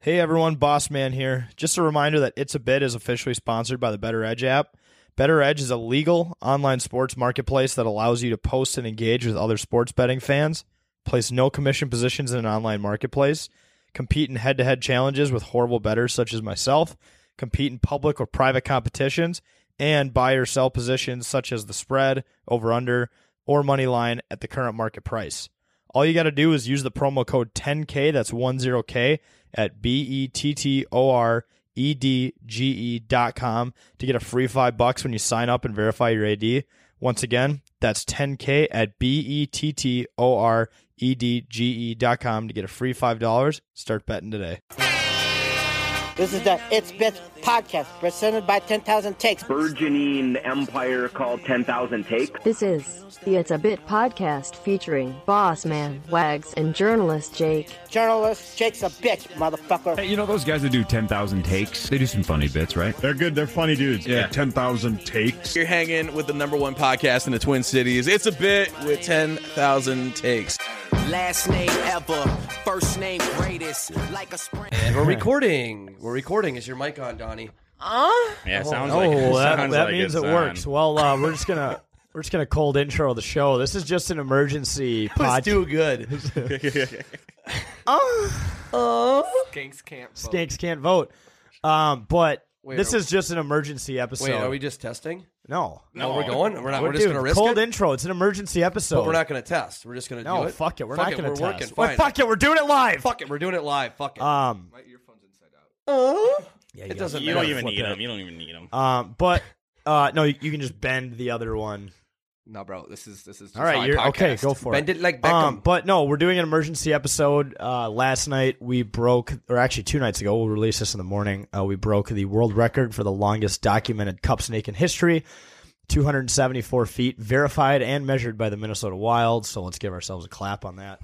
Hey everyone, Boss Man here. Just a reminder that It's a Bid is officially sponsored by the Better Edge app. Better Edge is a legal online sports marketplace that allows you to post and engage with other sports betting fans, place no commission positions in an online marketplace, compete in head to head challenges with horrible bettors such as myself, compete in public or private competitions, and buy or sell positions such as the spread, over under, or money line at the current market price. All you got to do is use the promo code 10K, that's 10K, at B E T T O R E D G E dot com to get a free five bucks when you sign up and verify your AD. Once again, that's 10K at B E T T O R E D G E dot com to get a free $5. Start betting today. This is the It's Bits podcast presented by 10,000 Takes. burgeoning empire called 10,000 Takes. This is the It's a Bit podcast featuring Boss Man, Wags, and journalist Jake. Journalist Jake's a bitch, motherfucker. Hey, you know those guys that do 10,000 takes? They do some funny bits, right? They're good. They're funny dudes. Yeah. Like 10,000 takes. You're hanging with the number one podcast in the Twin Cities. It's a bit with 10,000 takes. Last name ever, first name greatest, like a spring. And we're recording. We're recording. Is your mic on, Donnie? Yeah, it sounds Oh, like that, sounds that like means it it's works. on. Well, uh, we're just gonna we're just gonna cold intro the show. This is just an emergency podcast. good. Skanks can't vote, um, but Wait, this are- is just an emergency episode. Wait, are we just testing? no, No, we're going. We're not. We're, Dude, just going to risk cold it. intro. It's an emergency episode. but we're not going to test. We're just going to No, do it. fuck it. We're not going to We're test. working. Well, Fine. fuck it. We're doing it live. Fuck it. We're doing it live. Fuck it. Um, it doesn't You matter. don't even flip need it. them. You don't even need them. um, but uh, no, you, you can just bend the other one. no, bro. This is this is. Just All right, my you're podcast. okay. Go for Bend it. it like Beckham. Um, but no, we're doing an emergency episode. Uh, last night we broke, or actually two nights ago, we'll release this in the morning. Uh, we broke the world record for the longest documented cup snake in history, 274 feet, verified and measured by the Minnesota Wild. So let's give ourselves a clap on that.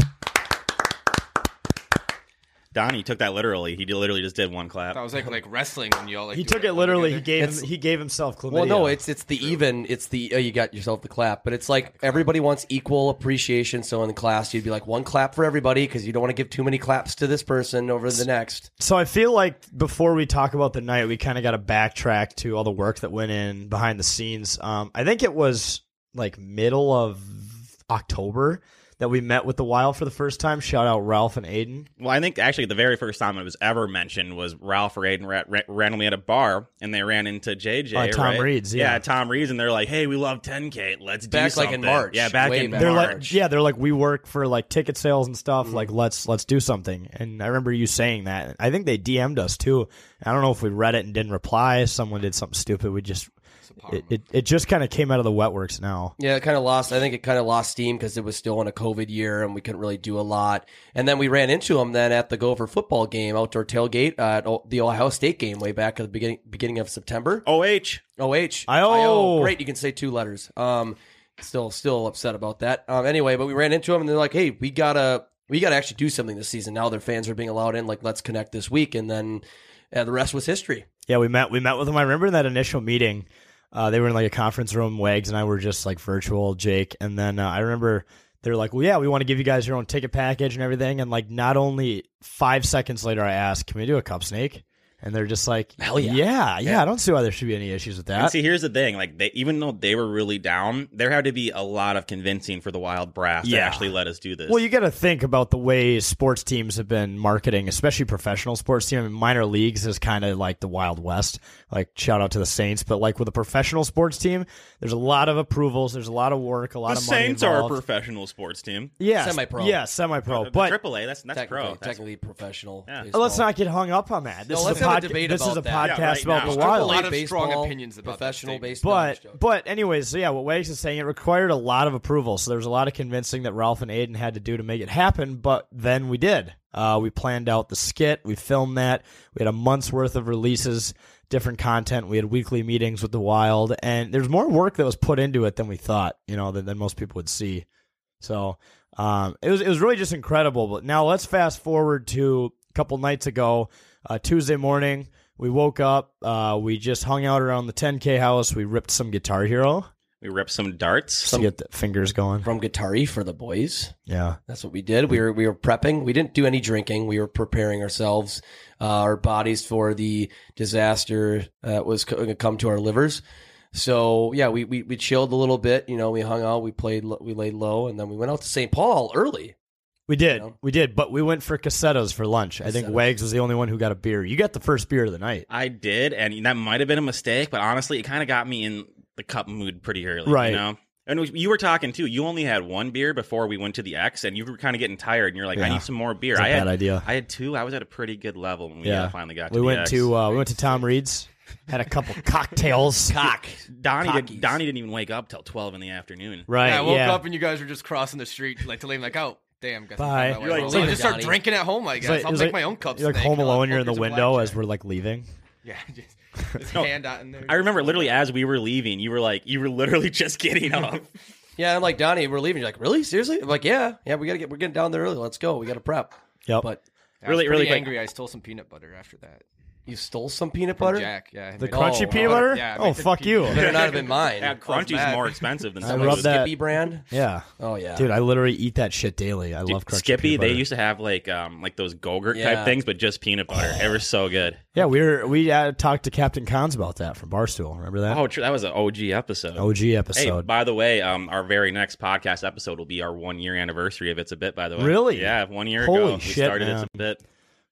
Donnie took that literally. He literally just did one clap. Oh. was like, like wrestling when y'all like. He took it literally. He gave It's- him, he gave himself chlamydia. well, no, it's it's the even. It's the oh, you got yourself the clap, but it's like everybody wants equal appreciation. So in the class, you'd be like one clap for everybody because you don't want to give too many claps to this person over the next. So I feel like before we talk about the night, we kind of got to backtrack to all the work that went in behind the scenes. Um, I think it was like middle of October that we met with the Wild for the first time. Shout out Ralph and Aiden. Well, I think actually the very first time it was ever mentioned was Ralph Raiden ra- ra- randomly at a bar and they ran into JJ. Uh, Tom right? Reed's, yeah. Tom Reed's, and they're like, "Hey, we love 10K. Let's do Back, like, in something." March. Yeah, back Way in back. They're like, March. yeah, they're like, we work for like ticket sales and stuff. Like, let's let's do something. And I remember you saying that. I think they DM'd us too. I don't know if we read it and didn't reply. Someone did something stupid. We just it, it, it just kind of came out of the wetworks now. Yeah, it kind of lost. I think it kind of lost steam because it was still in a COVID year and we couldn't really do a lot. And then we ran into him then at the Gopher football game, outdoor tailgate uh, at O- the Ohio State game way back at the beginning beginning of September. OH. Oh, H. I-O. Great, you can say two letters. Um, still, still upset about that. Um, anyway, but we ran into them and they're like, "Hey, we gotta, we gotta actually do something this season." Now their fans are being allowed in. Like, let's connect this week, and then uh, the rest was history. Yeah, we met. We met with them. I remember in that initial meeting, uh, they were in like a conference room. Wags and I were just like virtual, Jake. And then uh, I remember they were like, "Well, yeah, we want to give you guys your own ticket package and everything." And like, not only five seconds later, I asked, "Can we do a cup snake?" And they're just like, Hell yeah. yeah, yeah." I don't see why there should be any issues with And that. see, here's the thing: like, they, even though they were really down, there had to be a lot of convincing for the Wild brass to Yeah. actually let us do this. Well, you got to think about the way sports teams have been marketing, especially professional sports team. I mean, minor leagues is kind of like the Wild West. Like, shout out to the Saints, but like with a professional sports team, there's a lot of approvals, there's a lot of work, a lot the of money Saints involved. are a professional sports team. yeah, Semi-pro. Yeah, semi-pro. The But AAA, that's that's technically, pro. That's technically professional. Yeah. baseball. let's not get hung up on that. This No, is let's a, have a podca- debate this is a about that. podcast Yeah, right about now. the There's a Wild. Wild lot of baseball, strong opinions about this professional statement. baseball. But joke. but anyways, so yeah, what Wags is saying, it required a lot of approval. So there was a lot of convincing that Ralph and Aiden had to do to make it happen. But then we did. Uh, we planned out the skit. We filmed that. We had a month's worth of releases, different content. We had weekly meetings with the Wild, and there's more work that was put into it than we thought. You know, than, than most people would see. So um, it was it was really just incredible. But now let's fast forward to a couple nights ago, uh, Tuesday morning. We woke up. Uh, we just hung out around the 10K house. We ripped some Guitar Hero We ripped some darts. to get the fingers going. from Guitari for the boys. Yeah. That's what we did. We were we were prepping. We didn't do any drinking. We were preparing ourselves, uh, our bodies for the disaster that was going to come to our livers. So yeah, we, we we chilled a little bit. You know, we hung out. We played. lo- We laid low, and then we went out to St. Paul early. We did. You know? We did. But we went for casetas for lunch. I think Casetas. Wags was the only one who got a beer. You got the first beer of the night. I did, and that might have been a mistake, but honestly, it kind of got me in the cup mood pretty early, Right. You know. And we- you were talking too. You only had one beer before we went to the X, and you were kind of getting tired, and you're like, "I Yeah. need some more beer." It's a I bad had, idea. I had two. I was at a pretty good level when we uh, finally got. we to the went X. to uh, we went to Tom Reed's, had a couple cocktails. Cock. Donnie. Cockies. Did, Donnie didn't even wake up till twelve in the afternoon. Right. I woke yeah. up and you guys were just crossing the street like to leave. Like, oh, damn, guess Bye. I'm like, You're like, I'll "Damn it, just start Donnie." drinking at home. I It's guess like- I'll it's make my like- own cups. You're like today. home I'll have alone. You're in the hookers and window blackjack. as we're like leaving. Yeah, just, just No, hand out in there. I remember literally as we were leaving, you were like, you were literally just getting up. Yeah, I'm like Donnie. We're leaving. You're like, really? Seriously? I'm like, yeah, yeah. We gotta get. We're getting down there early. Let's go. We gotta prep. Yep. But I was really, pretty really quick. angry. I stole some peanut butter after that. you stole some peanut From butter. Jack. Yeah, I the made- crunchy Oh, peanut wow. butter. Yeah, I oh made the fuck pe- you. Better not have been mine. Yeah, Crunchy's mad. more expensive than I some rub of that- those. Skippy brand. Yeah. Oh yeah, Dude, I literally eat that shit daily. I love crunchy Skippy, peanut they butter. used to have like um like those Gogurt Yeah. type things, but just peanut butter. They were so good. Yeah, we were we uh, talked to Captain Cons about that from Barstool. Remember that Oh, true. That was an OG episode. OG Hey, episode? by the way, um, our very next podcast episode will be our one year anniversary of It's a Bit. By the way, Really? Yeah, one year Holy ago we shit, started man. It's a Bit.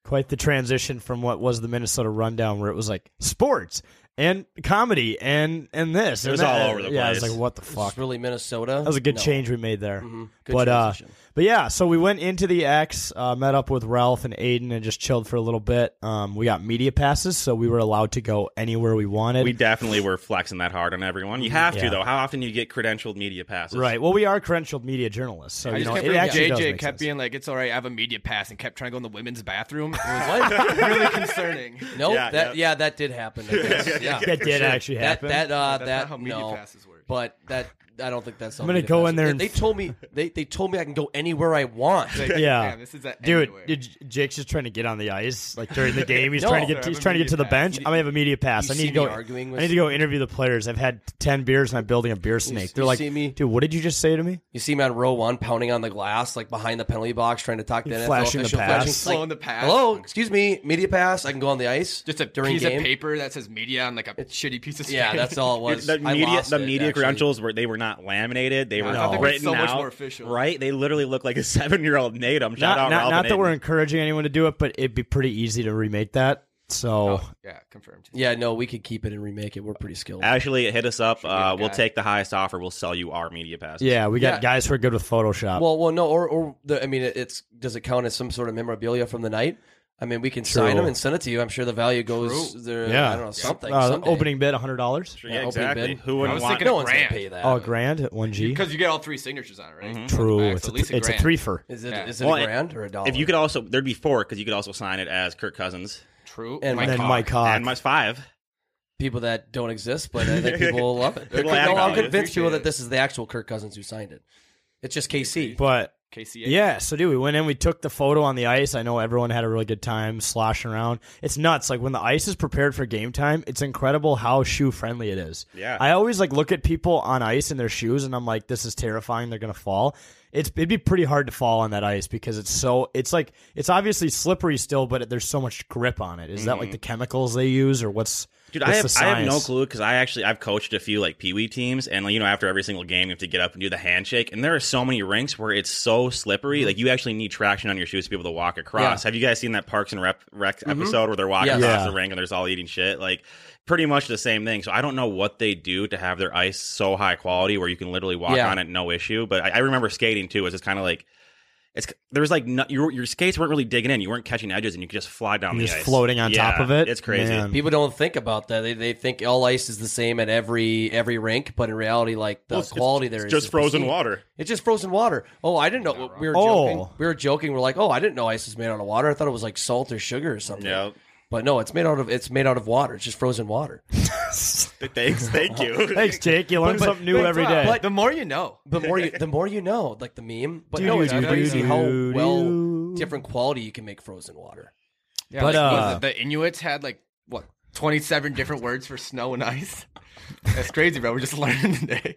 Quite the transition from what was the Minnesota Rundown, where it was like sports and comedy and and this. It and was that. all over the yeah, I was place. like, what the Is this fuck? really Minnesota. That was a good change we made there. Good but uh, transition. but yeah, so we went into the X, uh, met up with Ralph and Aiden, and just chilled for a little bit. Um, we got media passes, so we were allowed to go anywhere we wanted. We definitely were flexing that hard on everyone. You have Yeah. to though. How often do you get credentialed media passes? right. Well, we are credentialed media journalists, so I you just know kept it reading actually does JJ make kept sense. being like, "It's all right, I have a media pass," and kept trying to go in the women's bathroom. It was really concerning. Nope. Yeah, that yeah. yeah, that did happen. I guess. yeah. that did actually That happen. that uh That's that not how media no, passes work. But that I don't think that's. how I'm gonna media go passes- in there They, and- they told me they, they told me I can go anywhere I want. Like, Yeah. damn, this is at Dude, anywhere. dude, J- Jake's just trying to get on the ice like during the game. He's No. trying to get Sir, I he's have a trying to get media to the pass. bench. I'm gonna have a media pass. you I need see to go. me arguing with I need to go interview the players. I've had ten beers and I'm building a beer snake. They're you like, see me- dude, what did you just say to me? You see him on row one pounding on the glass, like behind the penalty box, trying to talk to He's the NFL flashing the official, pass. flashing, like, Blowing the pass. Hello, excuse me, media pass. I can go on the ice. just a during piece game. of paper that says media on like a shitty piece of Yeah, paper. that's all it was. The I media, lost the it, media actually. credentials were they were not laminated. They were I thought they were written so much out. more official. Right? They literally look like a seven year old Natum. Shout not out not, Ralph not and that we're Aiden. encouraging anyone to do it, but it'd be pretty easy to remake that. So yeah, confirmed. Yeah, no, we could keep it and remake it. We're pretty skilled. Actually, hit us up. Uh, we'll guy. take the highest offer. We'll sell you our media passes. yeah, we got Yeah. guys who are good with Photoshop. Well, well, no, or or the, I mean, it- it's does it count as some sort of memorabilia from the night? I mean, we can sign True. them and send it to you. I'm sure the value goes there. yeah, I don't know something. Uh, someday. opening bid hundred dollars. Sure, Yeah, yeah, opening exactly. bid. Who I wouldn't was want? thinking No a one's gonna grand. pay that. Oh, a grand Mm-hmm. at one G. Because you get all three signatures on it, right? True, Max, it's at a, least th- it's a grand. threefer. Is it Yeah. is it Well, a it- grand or a dollar? If you could also, there'd be four because you could also sign it as Kirk Cousins True. And my then cock. Mike Cock. and my five. people that don't exist, but I think people will love it. People No, act I'm on it. convinced people that Appreciate it. this is the actual Kirk Cousins who signed it. It's just KC. but KCA. Yeah, so dude, we went in, we took the photo on the ice. I know everyone had a really good time sloshing around. It's nuts. Like when the ice is prepared for game time, it's incredible how shoe friendly it is. Yeah. I always like look at people on ice in their shoes and I'm like, this is terrifying, they're gonna fall. It's it'd be pretty hard to fall on that ice because it's so it's like it's obviously slippery still, but there's so much grip on it. Is that like the chemicals they use or what's Mm-hmm. Dude, what's I the have, I science? have no clue because I actually I've coached a few like pee wee teams, and like, you know after every single game you have to get up and do the handshake, and there are so many rinks where it's so slippery, Mm-hmm. like you actually need traction on your shoes to be able to walk across. Have you guys seen that Parks and Rep Rec episode where they're walking Yes. across Mm-hmm. Yeah. the rink and there's all eating shit? Like pretty much the same thing. So I don't know what they do to have their ice so high quality where you can literally walk Yeah. on it no issue. But I, I remember skating too. It's just kind of like it's there was like no, your your skates weren't really digging in. You weren't catching edges, and you could just fly down You're the just ice, floating on Yeah, top of it? It's crazy. Man. People don't think about that. They, they think all ice is the same at every every rink, but in reality, like the Well, it's- quality it's there is just is frozen pristine. water. It's just frozen water. Oh, I didn't know. We were joking. We were joking. We're like, oh, I didn't know ice is made out of water. I thought it was like salt or sugar or something. Yeah. But no, it's made out of it's made out of water. It's just frozen water. Thanks, thank you. Thanks, Jake. You learn But- but- something new but- every day. but- the more you know. The more you, the more you know, like the meme. But Do, no, it's do, do, crazy do, how do. well different quality you can make frozen water. Yeah, But, like, what is uh, it? the Inuits had like what twenty seven different words for snow and ice. That's crazy, bro. We're just learning today.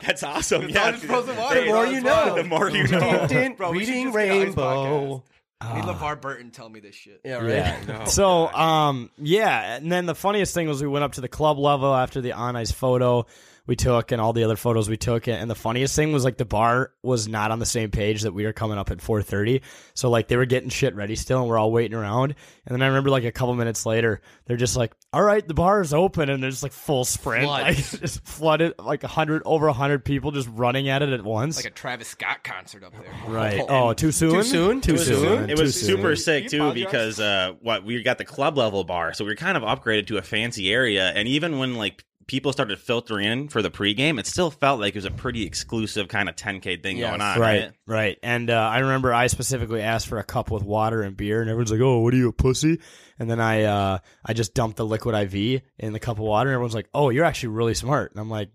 That's awesome. It's yeah, all just frozen water, The more you know. The more you know. Bro, we should reading just get an ice rainbow. podcast. I need LeVar Burton tell me this shit. Yeah, Yeah. right. So, um, yeah, and then the funniest thing was we went up to the club level after the on ice photo we took and all the other photos we took, and the funniest thing was like the bar was not on the same page that we were coming up at four thirty. So like they were getting shit ready still, and we're all waiting around. And then I remember like a couple minutes later, they're just like, "All right, the bar is open," and there's like full sprint, Flood. like just flooded, like a hundred over a hundred people just running at it at once. Like a Travis Scott concert up there. Right. Oh, too soon? Too soon? Too Too soon? soon? It Too was soon. super sick too because uh, what we got the club level bar, so we were kind of upgraded to a fancy area, and even when like people started filtering in for the pregame, it still felt like it was a pretty exclusive kind of 10k thing Yes. going on, right, right? right, And uh, I remember I specifically asked for a cup with water and beer, and everyone's like, "Oh, what are you a pussy?" And then I, uh, I just dumped the liquid IV in the cup of water, and everyone's like, "Oh, you're actually really smart." And I'm like,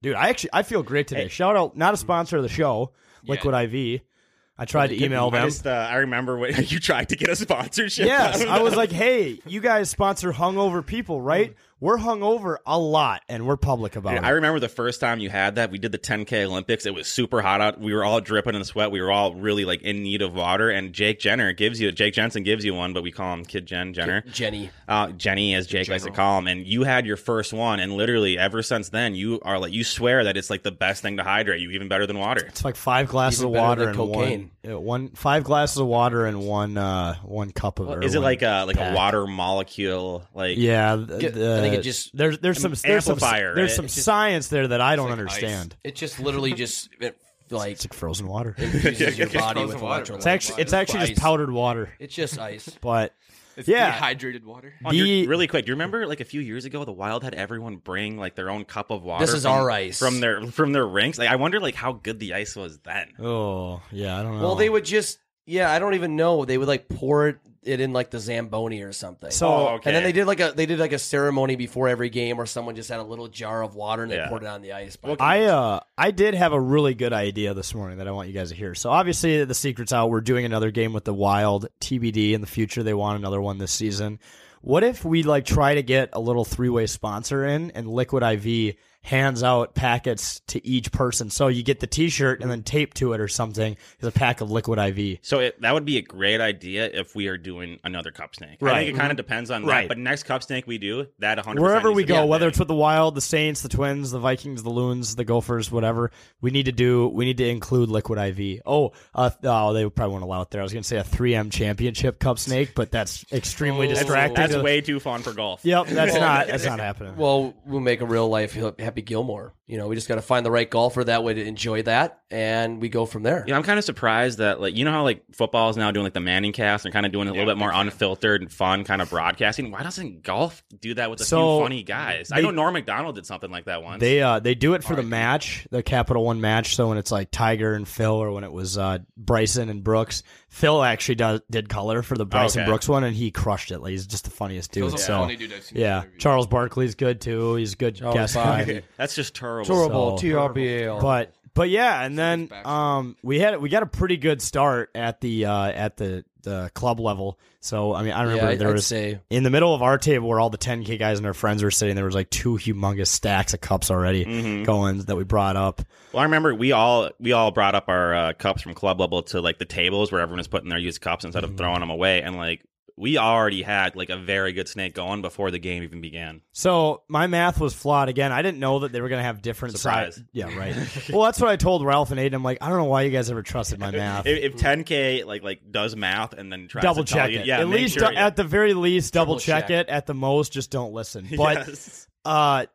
"Dude, I actually I feel great today." Shout out, not a sponsor of the show, Liquid IV. I tried to email I them. just, uh, I remember when you tried to get a sponsorship. Yes, I was like, "Hey, you guys sponsor hungover people, right? We're hungover a lot, and we're public about Dude, it." I remember the first time you had that. We did the 10K Olympics. It was super hot out. We were all dripping in sweat. We were all really like in need of water. And Jake Jenner gives you Jake Jensen gives you one, but we call him Kid Jen Jenner. Jenny. Uh, Jenny, as Jake likes to call him. And you had your first one, and literally ever since then, you are like you swear that it's like the best thing to hydrate you, even better than water. It's like five glasses Even of better water than and cocaine. one, uh, one five glasses of water and one uh, one cup of. or Is it one like a like pack. a water molecule? Like Yeah, th- Get- I the- think it just- eh? there's there's some there's some amplifier, there's it- some it's just- science there that I don't understand. It's just literally just it, like It's like frozen water. infuses your It's body with frozen water, bro. electrolytes. It's actually it's actually just ice. powdered water, It's just ice. but It's Yeah. dehydrated water. Oh, you're- The- really quick, do you remember like a few years ago the Wild had everyone bring like their own cup of water? This is from, our ice. from their from their rinks. Like I wonder like how good the ice was then. oh yeah, I don't know. Well, they would just yeah. I don't even know. They would like pour it, it in like the zamboni or something. So- Oh, okay. and then they did like a they did like a ceremony before every game, where someone just had a little jar of water and they Yeah. poured it on the ice. I uh I did have a really good idea this morning that I want you guys to hear. So obviously the secret's out. We're doing another game with the Wild TBD in the future. They want another one this season. What if we like try to get a little three-way sponsor in and Liquid IV hands out packets to each person. So you get the t-shirt and then tape to it or something is a pack of Liquid IV. So it, that would be a great idea if we are doing another cup snake. I Right. think it kind of depends on Right. that. But next cup snake we do that 100. Wherever we go, whether it's with the Wild, the Saints, the Twins, the Vikings, the Loons, the Gophers, whatever, we need to do. We need to include Liquid IV. Oh, uh, oh, they probably won't allow it there. I was going to say a 3M Championship Cup snake, but that's extremely distracting. Oh, that's to- way too fun for golf. Yep, that's not that's not happening. Well, we'll make a real life Happy Gilmore. You know, we just got to find the right golfer that way to enjoy that, and we go from there. Yeah, I'm kind of surprised that like you know how like football is now doing like the Manning cast and kind of doing a little bit more unfiltered and fun kind of broadcasting. Why doesn't golf do that with a So, few funny guys? I they- know Norm Macdonald did something like that once. They uh they do it for the match, the Capital One match. So when it's like Tiger and Phil, or when it was uh, Bryson and Brooks, Phil actually does did color for the Bryson Okay. Brooks one, and he crushed it. Like, he's just the funniest dude. Phil's a so funny dude I've seen in yeah, interviews. Charles Barkley's good too. He's a good Charles guest Barkley. guy. that's just terrible. Terrible So- TRBL. But but yeah, and then um we had we got a pretty good start at the uh at the the club level. So I mean I remember I'd- there I'd was say- in the middle of our table where all the 10k guys and their friends were sitting there was like two humongous stacks of cups already going that we brought up. Well, I remember we all we all brought up our uh, cups from club level to like the tables where everyone was putting their used cups instead Mm-hmm. of throwing them away, and like we already had like a very good snake going before the game even began. So my math was flawed again. I didn't know that they were going to have different Surprise. size- Yeah, right. well, that's what I told Ralph and Aiden. I'm like, I don't know why you guys ever trusted my math. If, if 10k like like does math and then tries double to tell check you- it. yeah, at make least sure- at the very least, double Triple check, it. check. At the most, just don't listen. But Yes. uh,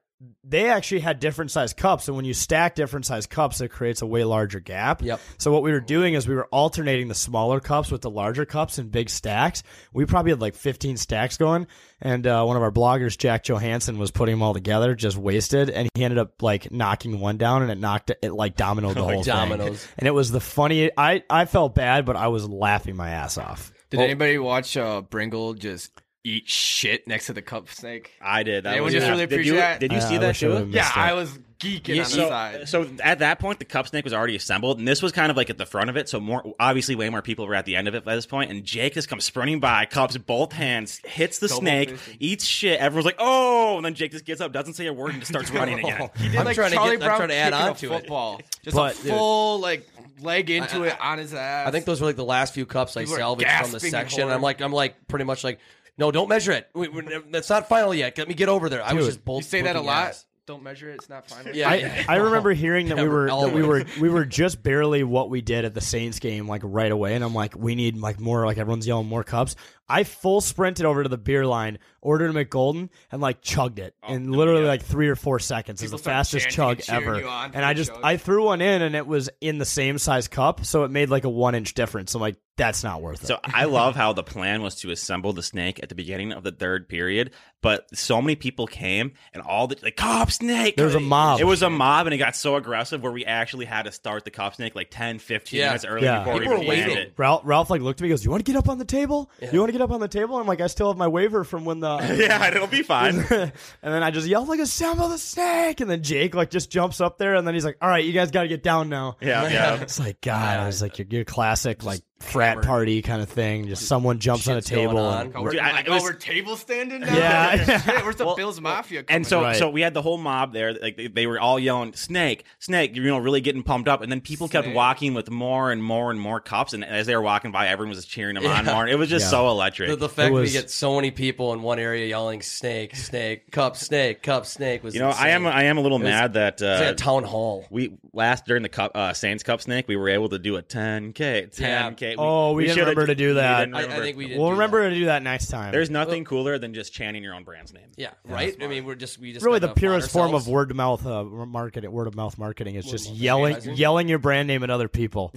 they actually had different size cups, and when you stack different size cups, it creates a way larger gap. Yep. So what we were doing is we were alternating the smaller cups with the larger cups in big stacks. We probably had like 15 stacks going, and uh, one of our bloggers, Jack Johansson, was putting them all together, just wasted, and he ended up like knocking one down, and it knocked it like dominoed the Like whole dominoes. thing. And it was the funny. I I felt bad, but I was laughing my ass off. Did anybody watch uh, Bringle just eat shit next to the cup snake? I did. That Anyone was- just yeah. really Did you- appreciate that? did you see I that wish I too? would've Yeah, missed I it. was geeking Yeah, on so, the uh, side. so at that point, the cup snake was already assembled, and this was kind of like at the front of it. So more, obviously, way more people were at the end of it by this point, And Jake has come sprinting by, cups both hands, hits the Double snake, fisting. eats shit. Everyone's like, "Oh!" And then Jake just gets up, doesn't say a word, and just starts running again. He did I'm like trying to get- Charlie I'm Brown trying to add kicking on a to it. football. Just But- a full like leg into I- it on his ass. I think those were like the last few cups I People are salvaged from the gasping in section. horror. I'm like, I'm like, pretty much like, no, don't measure it. We, we, that's not final yet. Let me get over there. I was Dude. just both. you say that a whooping lot. ass. Don't measure it. It's not final. Yeah. I, I remember hearing that we were that we were Always. we were just barely what we did at the Saints game like right away, and I'm like, we need like more like everyone's yelling more cups. I full sprinted over to the beer line, ordered a McGolden, and like chugged it Oh, in literally like three or four seconds. It's the People start fastest chug chanting and cheering ever, you on for and I the just chug. I threw one in, and it was in the same size cup, so it made like a one inch difference. I'm like, that's not worth it. So I love how the plan was to assemble the snake at the beginning of the third period, but so many people came and all the like cop snake. There was a mob. It was a mob, and it got so aggressive where we actually had to start the cop snake like 10, 15 Yeah. minutes early Yeah. before People we were even waiting. ended it. Ralph, Ralph like looked at me, goes, "You want to get up on the table? You want to get up on the table?" I'm like, "I still have my waiver from when the Yeah, it'll be fine. and then I just yelled like assemble the snake, and then Jake like just jumps up there, and then he's like, "All right, you guys got to get down now." Yeah, yeah. It's like God, I was like, "You're, you're classic like frat party kind of thing. Just someone jumps on a Shit's going table." on. and- Oh, we're, Dude, I- like, it was- oh, we're table standing now. Yeah. Shit, where's the uh, Bills Mafia? Coming And so, Right. so we had the whole mob there. Like they, they were all yelling "snake, snake," you know, really getting pumped up. And then people kept Snake. walking with more and more and more cups. And as they were walking by, everyone was just cheering them on more. It was just Yeah. so electric. The, the fact that we was- get so many people in one area yelling snake, snake, cup, snake, cup, snake was you know, I am insane. I am a little It was- mad that It's like uh, a town hall. we last during the cup uh, Saints Cup Snake, we were able to do a 10k, 10k. We, Oh, we didn't shoulda- remember to do we that. didn't I, I remember. think we did. We'll remember to do that next time. There's nothing cooler than just chanting your own brand's name. Yeah, right. I mean, we're just we just really gotta the purest find form of ourselves. word of mouth uh, marketing. Word of mouth marketing is just yelling, yelling your brand name at other people.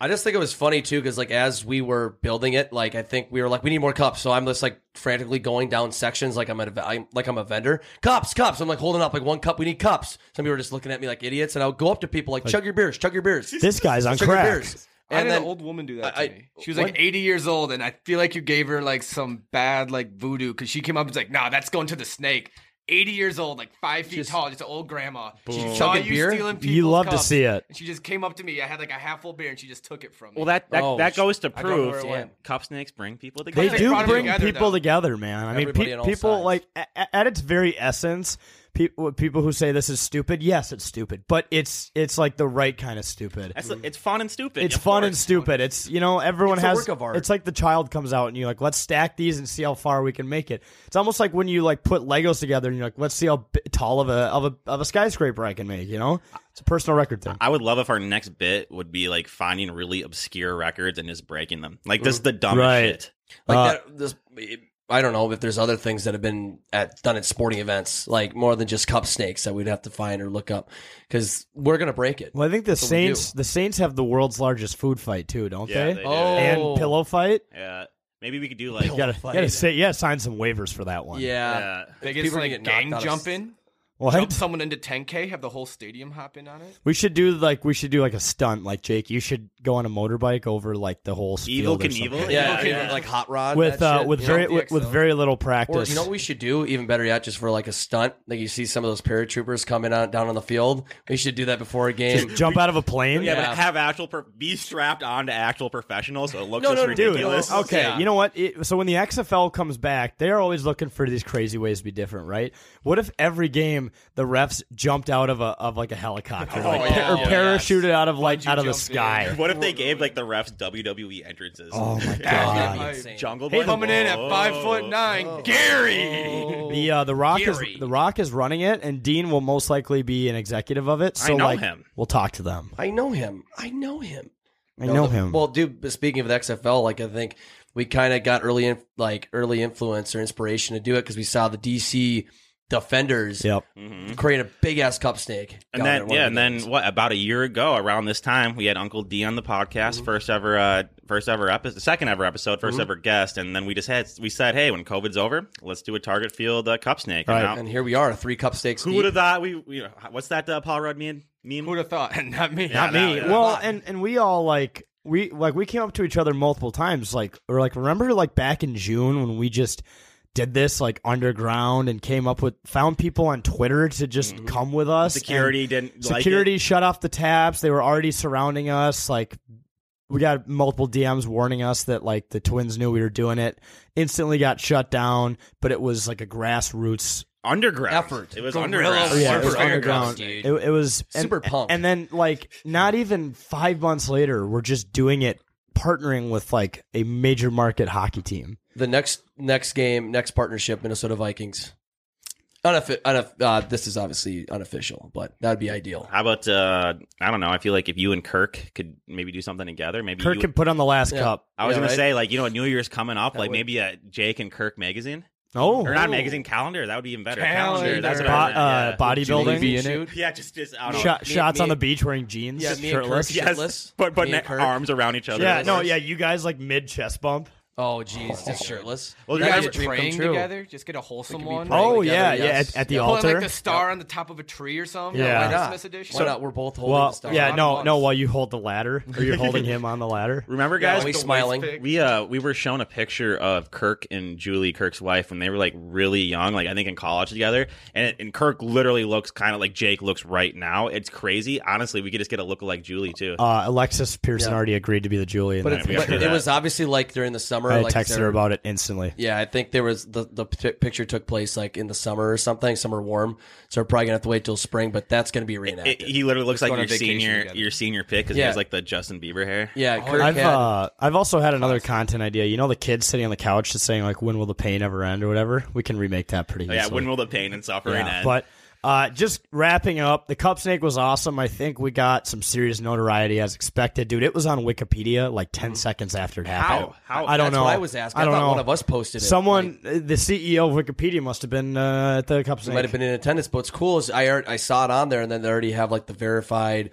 I just think it was funny too, because like as we were building it, like I think we were like, we need more cups. So I'm just like frantically going down sections, like I'm at a, I'm, like I'm a vendor. Cups, cups. I'm like holding up like one cup. We need cups. Some people were just looking at me like idiots, and I would go up to people like, chug your beers, chug your beers, this guy's on chug your crack. beers. I had And then an old woman do that to I- me. She was like 80 years old, and I feel like you gave her like some bad like voodoo because she came up and was like, "Nah, that's going to the snake." 80 years old, like five feet Just- tall, just an old grandma. She saw Chugging you beer? stealing people's You love to cups, see it. And she just came up to me. I had like a half full beer, and she just took it from me. Well, that that, Oh, that goes to I don't know where prove it went. cup snakes bring people together. They They do brought 'em bring together, people though. together, man. I mean, Everybody pe- on all people sides. like a- a- at its very essence, people people who say this is stupid. Yes, it's stupid, but it's it's like the right kind of stupid. That's it's fun and stupid. It's of fun and course. stupid. It's you know everyone It's a has. work of art. It's like the child comes out and you're like, let's stack these and see how far we can make it. It's almost like when you like put Legos together and you're like, let's see how b- tall of a of a of a skyscraper I can make. You know, it's a personal record thing. I would love if our next bit would be like finding really obscure records and just breaking them. Like this is the dumbest Right. shit. like Uh, that this I don't know if there's other things that have been at done at sporting events, like more than just cup snakes that we'd have to find or look up, because we're gonna break it. Well, I think the So we do. Saints the Saints have the world's largest food fight too, don't Yeah, they? they do. Oh. And pillow fight. Yeah. Maybe we could do like You gotta, you gotta say, yeah, sign some waivers for that one. yeah, yeah. biggest people are gonna like get knocked gang out of- jumping. Jump What? someone into 10k, have the whole stadium hop in on it. We should do like we should do like a stunt, like Jake. You should go on a motorbike over like the whole Evil field or something. Knievel? yeah, Okay. yeah, like hot rod with that uh, shit, with you know? very the with, with XL. very little Or practice. you know what we should do? Even better yet, just for like a stunt, like you see some of those paratroopers coming out down on the field. We should do that before a game. Just jump out of a plane. Yeah, Yeah. but have actual pro- be strapped on to actual professionals. So it looks No, just no, no, Dude, Oh, ridiculous. okay, Yeah. you know what? It, so when the XFL comes back, they're always looking for these crazy ways to be different, right? What if every game the refs jumped out of a of like a helicopter, like, Oh, pa- yeah. or yes. parachuted out of like Bungee out of the jumping. sky? What if they gave like the refs WWE entrances? Oh my That'd be god! insane. Jungle Hey, Boy? Coming in at Whoa. five foot nine, Gary. The uh, the Rock Gary. is the Rock is running it, and Dean will most likely be an executive of it. I So know like, him. we'll talk to them. I know him. I know him. I know the- him. Well, dude, but speaking of the XFL, like I think we kind of got early, in, like early influence or inspiration to do it because we saw the DC defenders Yep. create a big ass cup snake. Mm-hmm. And down then at one yeah, of and the then what? About a year ago, around this time, we had Uncle D on the podcast, first ever, uh, first ever episode, second ever episode, 1st Mhm. ever guest, and then we just had we said, hey, when COVID's over, let's do a Target Field uh, Cup Snake. Right. now- And here we are, three cup stakes. who deep. would have thought we? we what's that uh, Paul Rudd meme? meme? Who would have thought? Not me. Not me. uh, Well, and and we all like we like we came up to each other multiple times. Like or like remember like back in June when we just did this like underground and came up with found people on Twitter to just come with us. Mm-hmm. Security and didn't like it. Security shut off the taps. They were already surrounding us. Like we got multiple DMs warning us that like the twins knew we were doing it. Instantly got shut down, but it was like a grassroots underground effort. It was Guerrilla underground. Oh, yeah, it was Super underground. underground, It, dude. it was and- Super punk. And then, like, not even five months later, we're just doing it, partnering with like a major market hockey team. the next next game, next partnership, Minnesota Vikings. Unof- unof- uh, this is obviously unofficial, but that'd be ideal. How about uh, I don't know. I feel like if you and Kirk could maybe do something together, maybe Kirk you, can put on the last cup. I was Yeah, gonna right? say like you know New Year's coming up, That like would- maybe a Jake and Kirk magazine. Oh. or not Oh. magazine calendar. That would be even better. Calendar. Calendar. That's what Bo- I meant, uh, yeah. bodybuilding? Be in Yeah, it? yeah, just just out Shot- Me- shots me- on the beach wearing jeans, yeah, me and Kirk shirtless. Yes, shirtless. but but Me and ne- Kirk. arms around each other. Yeah, no, yeah, you guys like mid chest bump. Oh, jeez, just shirtless. Well, you guys That'd be a are dream come praying true. together. Just get a wholesome be one. praying Oh, together, yeah, yes. yeah, at- at the Yeah. Pulling altar. like the star on the top of a tree or something. Yeah. like Why not? Christmas edition. Why not? We're both holding well, the star. yeah, on no, one. no. While you hold the ladder, or you're holding him on the ladder. Remember, Yeah, guys, we the wife smiling. pic? We uh, we were shown a picture of Kirk and Julie, Kirk's wife, when they were like really young, like I think in college together. And and Kirk literally looks kind of like Jake looks right now. It's crazy. Honestly, we could just get a look like Julie too. Uh, Alexis Pearson Yeah. already agreed to be the Julie, and But, then it's, we but got it was obviously like during the summer. I like texted there- her about it instantly. Yeah, I think there was the the pi picture took place like in the summer or something, summer warm. So we're probably gonna have to wait till spring, but that's gonna be reenacted. It- he literally looks Let's like go on your a vacation senior together. your senior pick because he Yeah. has like the Justin Bieber hair. Yeah, Kirk I've had- uh, I've also had another content idea. You know, the kids sitting on the couch just saying like, "When will the pain ever end?" or whatever. We can remake that pretty. Oh, yeah. easily. When will the pain and suffering Yeah, end? But uh, just wrapping up, the Cup Snake was awesome. I think we got some serious notoriety as expected, dude. It was on Wikipedia like 10 seconds after it happened. Mm-hmm. How? I don't That's know. what I was asking. I don't thought know. one of us posted it. Someone, uh, the CEO of Wikipedia, must have been uh, at the Cup It Snake. might have been in attendance, but what's cool is I alre- I saw it on there, and then they already have like the verified,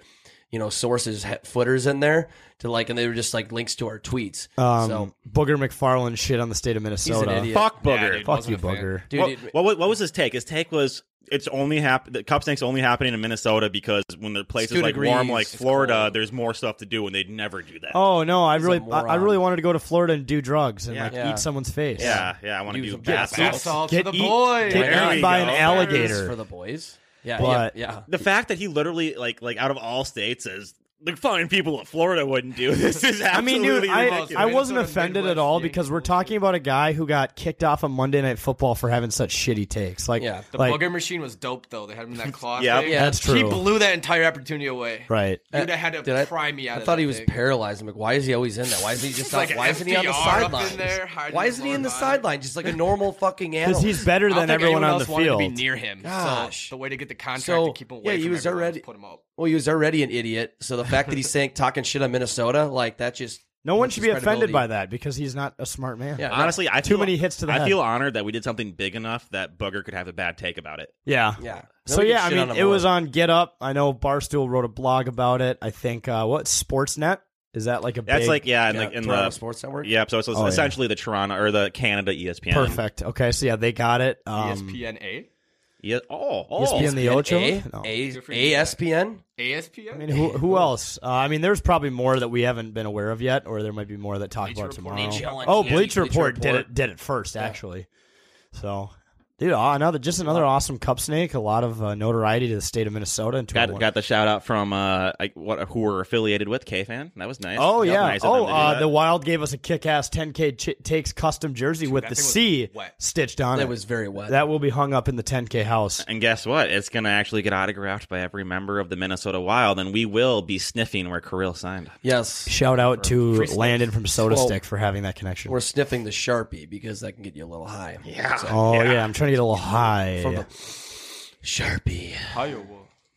you know, sources he- footers in there to like, and they were just like links to our tweets. um, so Booger McFarland shit on the state of Minnesota. idiot. Fuck Yeah, Booger. dude, Fuck wasn't you, a fan. Booger. Dude, Well, it- what, what, was his take? His take was it's only hap- the cup snake's only happening in Minnesota because when they're places Two like warm degrees, like it's Florida, there's more stuff to do and they'd never do that. Oh no! I He's a really, I, I moron. really wanted to go to Florida and do drugs and Yeah. like Yeah. eat someone's face. Yeah, yeah, I want to Use do them. Yeah, bath bath salts. salts. Get For the eat- boys. get There eaten we by an go. It's alligator. for the boys. Yeah, But- yeah, yeah. The fact that he literally like like out of all states is the fine people of Florida wouldn't do this is I absolutely mean, dude, I, ridiculous. I wasn't Minnesota offended at Midwest all Yankees because we're talking about a guy who got kicked off of Monday Night Football for having such shitty takes. Like, Yeah. The like booger machine was dope though. They had him in that cloth. Yeah. thing. Yeah. that's He true. blew that entire opportunity away. right. You'd have had Did to I- pry me out. I of thought that he was thing. paralyzed. I'm like, why is he always in there? Why isn't he just Like out? Why isn't he on the FDR up in sideline? there, hiding Why in isn't he in the the floor behind. sideline just like a normal fucking animal? Because he's better I don't than think anyone everyone on else the wanted field. To be near him. Gosh. So the way to get the contract So, to keep him away. yeah, he from was everyone was already. put him up. Well, he was already an idiot. So the fact that he's saying talking shit on Minnesota, like that, just no one hurts should his be offended credibility. by that because he's not a smart man. Yeah, Honestly, I Too feel- many hits to the I head. feel honored that we did something big enough that Booger could have a bad take about it. Yeah. Yeah. So Nobody yeah, can I shit mean, on it him was more. on Get Up. I know Barstool wrote a blog about it. I think uh, what Sportsnet is that like a That's big- like yeah, and Yeah, like in Toronto the Sports Network. Yeah, so it's Oh, yeah. essentially the Toronto or the Canada E ESPN. perfect. Okay, so yeah, they got it. E Um, E ESPNA. Yeah. Oh, oh. ESPN the Ocho. E A, No. A, Good for you. ASPN. ASPN. I mean, who who else? Uh, I mean, there's probably more that we haven't been aware of yet, or there might be more that talk Bleacher about Report. tomorrow. Bleacher Report. Oh, Yeah, Bleacher Bleacher Report did Report. it did it first, actually. So, dude, uh, another just another awesome Cup Snake. A lot of uh, notoriety to the state of Minnesota. And to our Got, one- got the shout out from uh like what who we're affiliated with K fan. That was nice. Oh That was yeah! nice of them oh, to do uh, that. the Wild gave us a kick-ass 10K ch- takes custom jersey with that the thing was C wet. stitched on it. That was very wet. That will be hung up in the 10K house. and guess what? It's gonna actually get autographed by every member of the Minnesota Wild, and we will be sniffing where Kirill signed. yes. Shout out to free snacks. Landon from Soda Well, Stick for having that connection. We're sniffing the Sharpie because that can get you a little high. Yeah. oh yeah. I'm trying to get a little high. From the Sharpie. Iowa.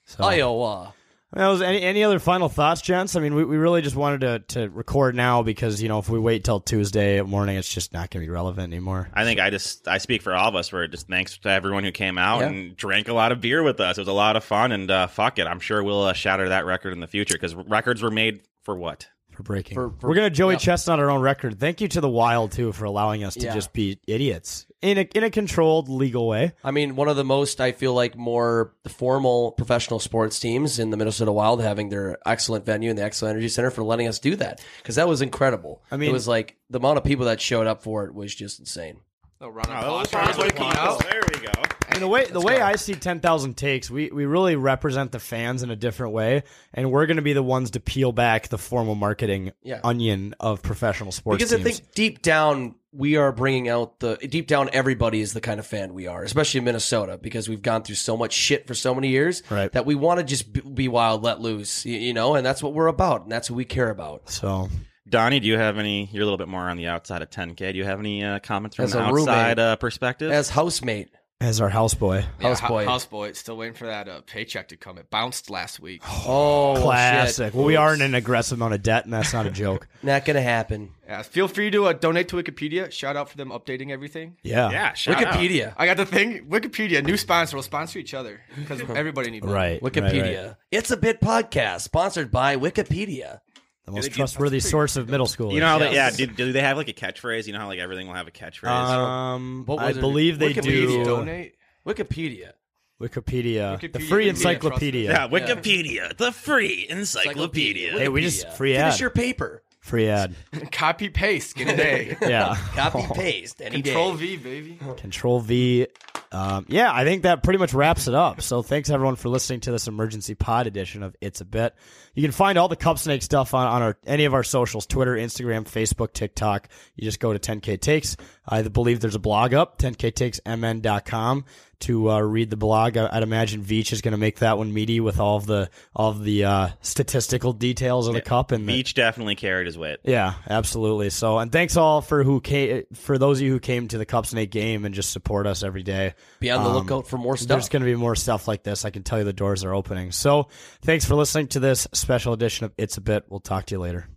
So- Iowa. Well, was any any other final thoughts, gents? I mean, we, we really just wanted to, to record now because you know if we wait till Tuesday morning, it's just not going to be relevant anymore. I think I just I speak for all of us. We're just thanks to everyone who came out Yeah. and drank a lot of beer with us. It was a lot of fun, and uh, fuck it, I'm sure we'll uh, shatter that record in the future because records were made for what? For breaking, For- for- we're going to Joey yeah. Chestnut our own record. Thank you to the Wild too for allowing us to Yeah. just be idiots in a in a controlled, legal way. I mean, one of the most I feel like more formal professional sports teams in the Minnesota Wild having their excellent venue and the excellent energy center for letting us do that because that was incredible. I mean- it was like the amount of people that showed up for it was just insane. Oh, round of Oh, applause. round of applause. There we go. And the way the way I see ten thousand takes, we we really represent the fans in a different way, and we're going to be the ones to peel back the formal marketing Yeah. onion of professional sports. Because I teams. think deep down we are bringing out the deep down everybody is the kind of fan we are, especially in Minnesota because we've gone through so much shit for so many years Right. that we want to just be- be wild, let loose, y- you know, and that's what we're about and that's what we care about. So, Donnie, do you have any? You're a little bit more on the outside of 10K. Do you have any uh, comments from As an a roommate. outside uh, perspective? As housemate, as our houseboy, Yeah, hou- Houseboy. houseboy. Still waiting for that uh, paycheck to come. It bounced last week. Oh, classic. shit. Well, we Oops. are in an aggressive amount of debt, and that's not a joke. Not gonna happen. Yeah, feel free to uh, donate to Wikipedia. Shout out for them updating everything. Yeah. Oh. Yeah, shout out. Wikipedia. I got the thing. Wikipedia, new sponsor. We'll sponsor each other because everybody needs Right, right, Wikipedia. right. It's a bit podcast sponsored by Wikipedia. The most trustworthy source of middle school. you know how they, yeah, do, do they have like a catchphrase? You know how like everything will have a catchphrase? Um, What I was it? believe they do. Wikipedia. Wikipedia. Wikipedia, the Wikipedia, free Wikipedia, encyclopedia. yeah, Wikipedia, the free encyclopedia. Hey, we just free Finish ad. your paper. Free ad. Copy paste. Skin a day. Yeah. Copy paste any Control day. V, baby. Control V. Um, yeah, I think that pretty much wraps it up. So thanks everyone for listening to this emergency pod edition of It's a Bit. You can find all the Cup Snake stuff on, on our any of our socials: Twitter, Instagram, Facebook, TikTok. You just go to 10K Takes. I believe there's a blog up, 10ktakesmn.com, to uh, read the blog. I, I'd imagine Veach is going to make that one meaty with all of the all of the uh, statistical details of the cup and the, Beach definitely carried his weight. yeah, absolutely. So, and thanks all for who came, for those of you who came to the Cup Snake game and just support us every day. Um, Be on the lookout for more There's stuff. going to be more stuff like this. I can tell you the doors are opening. So, thanks for listening to this special edition of It's a Bit. We'll talk to you later.